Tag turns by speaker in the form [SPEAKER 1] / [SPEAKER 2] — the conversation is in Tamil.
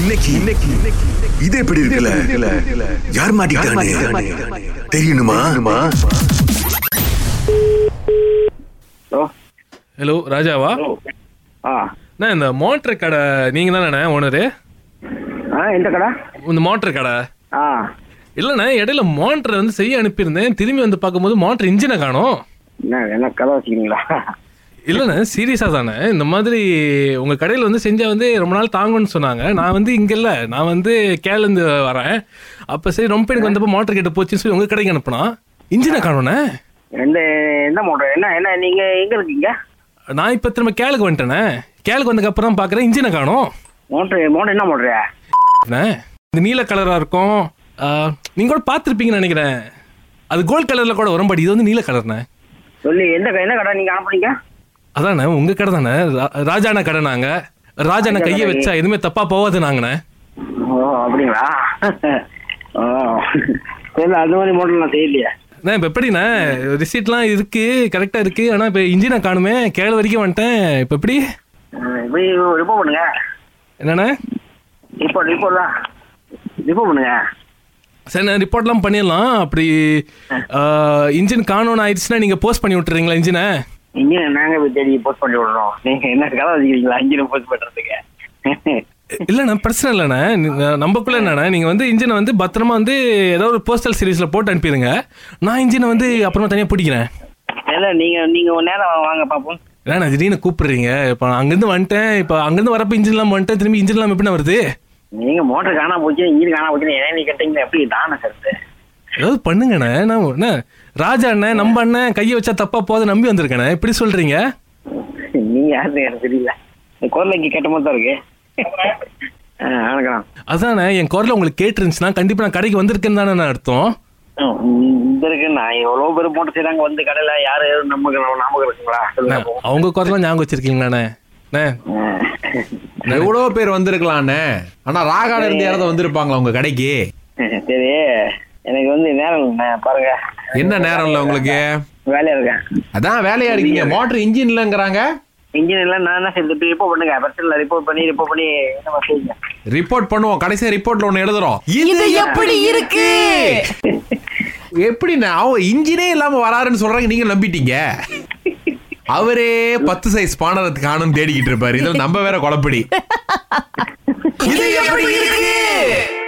[SPEAKER 1] இன்னைக்கு இன்னைக்கு இன்னைக்கு- இது எப்படி இருக்குல்ல யார் மாட்டிக்கிட்டானே தெரியணுமா
[SPEAKER 2] ஹலோ
[SPEAKER 3] ஹலோ ராஜாவா
[SPEAKER 2] ஹலோ ஆ
[SPEAKER 3] அண்ணா இந்த மோட்டர் கடை நீங்கள் தானே ஓனரு
[SPEAKER 2] ஆ எந்த கடை
[SPEAKER 3] இந்த மோட்டர் கடை
[SPEAKER 2] ஆ
[SPEAKER 3] இல்லைண்ணே இடையில மோட்டரை வந்து செய்ய அனுப்பியிருந்தேன் திரும்பி வந்து பார்க்கும்போது மோட்டர் இன்ஜினை காணோம்
[SPEAKER 2] என்ன என்ன கதை வச்சுக்கிங்களா
[SPEAKER 3] இல்லைண்ணே சீரியஸாக தானே இந்த மாதிரி உங்கள் கடையில் வந்து செஞ்சால் வந்து ரொம்ப நாள் தாங்கும்னு சொன்னாங்க நான் வந்து இங்கே இல்லை நான் வந்து கேலேருந்து வரேன் அப்போ சரி ரொம்ப எனக்கு வந்தப்போ மோட்டர் கேட்டு போச்சுன்னு சொல்லி உங்கள் கடைக்கு அனுப்புனா இன்ஜினை காணோண்ணே
[SPEAKER 2] எந்த என்ன மோட்டர் என்ன என்ன நீங்கள் எங்கே இருக்கீங்க
[SPEAKER 3] நான் இப்போ திரும்ப கேளுக்கு வந்துட்டேண்ணே கேளுக்கு வந்ததுக்கப்புறம் தான் பார்க்குறேன் இன்ஜினை காணோம்
[SPEAKER 2] மோட்ரு மோட்டர் என்ன மோட்ரு
[SPEAKER 3] அண்ணே, இந்த நீல கலரா இருக்கும் ஆ, நீங்க கூட பார்த்துருப்பீங்கன்னு நினைக்கிறேன் அது கோல்ட் கலர்ல கூட வரும் பட் இது வந்து நீல கலர்ண்ணே
[SPEAKER 2] சொல்லி எந்த கடை என்ன கடை நீங்கள் அனுப்புனீங்க
[SPEAKER 3] அதாண்ணே உங்க கடை தானே ரா- ராஜாண்ணா கடை நாங்க ராஜாண்ணா கையை வச்சா எதுவுமே தப்பா போகாது நாங்கண்ணே
[SPEAKER 2] ஓ அப்படிங்களா ஓ இல்லை அது மாதிரி மோட்டர் நான் செய்யலையே
[SPEAKER 3] அண்ணே இப்போ எப்படிண்ணே ரிசீட்லாம் இருக்கு கரெக்டாக இருக்கு ஆனால் இப்போ இன்ஜினை காணுமே கேள் வரைக்கும் வந்துட்டேன் இப்போ எப்படி
[SPEAKER 2] இப்படி ரிப்போர்ட் பண்ணுங்க
[SPEAKER 3] என்னண்ணே
[SPEAKER 2] ரிப்போர்ட் ரிப்போர்ட் தான் ரிப்போர்ட் பண்ணுங்க
[SPEAKER 3] சரி நான் ரிப்போர்ட்லாம் பண்ணிடலாம் அப்படி இன்ஜின் காணோன்னு ஆயிடுச்சுன்னா நீங்கள் போஸ்ட் பண்ணி விட்டுறீங்களா இன்ஜினை
[SPEAKER 2] இங்கே நாங்கள் போய் தேடி போஸ்ட் பண்ணி விடுறோம் நீங்கள் என்ன கதை வச்சுக்கிறீங்களா இங்கே போஸ்ட் பண்ணுறதுக்கு
[SPEAKER 3] இல்லைண்ணா பிரச்சனை இல்லைண்ணே நீங்க- நம்மக்குள்ள என்னண்ணே நீங்கள் வந்து இன்ஜினை வந்து பத்திரமா வந்து ஏதோ ஒரு போஸ்டல் சீரீஸில் போட்டு அனுப்பிடுங்க நான் இன்ஜினை வந்து அப்புறமா தனியாக பிடிக்கிறேன்
[SPEAKER 2] இல்லை நீங்கள் நீங்கள் ஒரு நேரம் வாங்க பார்ப்போம்
[SPEAKER 3] ஏன்னா திடீர்னு கூப்பிடுறீங்க இப்போ நான் அங்கேருந்து வந்துட்டேன் இப்போ அங்கேருந்து வரப்போ இன்ஜின்லாம் வந்துட்டேன் திரும்பி இன்ஜின்லாம் எப்படிண்ணா வருது
[SPEAKER 2] நீங்க மோட்டர் காணா போச்சு இங்கிட்டு காணா போச்சு ஏன் நீ கேட்டீங்க எப்படி தானே கருத்து
[SPEAKER 3] ஏதாவது பண்ணுங்கண்ணே நான் என்ன ராஜா அண்ணன் நம்ம அண்ணன் கையை வச்சா தப்பாக போத நம்பி வந்திருக்கேண்ணே இப்படி சொல்கிறீங்க
[SPEAKER 2] நீங்க யாருன்னு எனக்கு தெரியல உன் குரல் இங்க கேட்ட மாதிரி தான் இருக்கு ஆ, வணக்கம்
[SPEAKER 3] அதாண்ணே என் குரலை உங்களுக்கு கேட்டுருந்துச்சுன்னா கண்டிப்பாக நான் கடைக்கு வந்திருக்கேன்னு தானே அர்த்தம்
[SPEAKER 2] ம், இந்த இருக்கு நான் எவ்வளவு பேர் மோட்டர் செய்றாங்க வந்து கடையில யாரு நமக்கு நம்ம நாமக்கு இருக்குங்களா
[SPEAKER 3] அண்ணே,
[SPEAKER 2] சொல்லுங்க பாப்போம்.
[SPEAKER 3] அவங்க குரலாம் ஞாபகம் வச்சிருக்கீங்களாண்ணே அண்ணே
[SPEAKER 2] ஆ.
[SPEAKER 4] எவ்வளோ பேர் வந்திருக்கலாம்ண்ணே ஆனா ராகாட இருந்து யாராவது வந்திருப்பாங்களா உங்க கடைக்கு
[SPEAKER 2] சரி எனக்கு வந்து நேரம் இல்லை. பாருங்க
[SPEAKER 4] என்ன நேரம் இல்லை உங்களுக்கு
[SPEAKER 2] வேலையா இருக்கேன்
[SPEAKER 4] அதான் வேலையா இருக்கீங்க மோட்டர் இன்ஜின் இல்லைங்கிறாங்க
[SPEAKER 2] இன்ஜின் எல்லாம் நான் என்ன செய்யறது ரிப்போர்ட் பண்ணுங்க பிரச்சனை இல்லை ரிப்போர்ட் பண்ணி ரிப்போர்ட் பண்ணி என்ன செய்யுங்க
[SPEAKER 4] ரிப்போர்ட் பண்ணுவோம் கடைசியா ரிப்போர்ட்ல ஒண்ணு எழுதுறோம் இது எப்படி இருக்கு எப்படிண்ணே அவங்க இன்ஜினே இல்லாம வராருன்னு சொல்றாங்க நீங்க நம்பிட்டீங்க அவரே பத்து சைஸ் பானரத்துக்கு ஆணும் தேடிக்கிட்டு இருப்பாரு இதுல நம்ம வேற குழப்படி இது எப்படி இருக்கு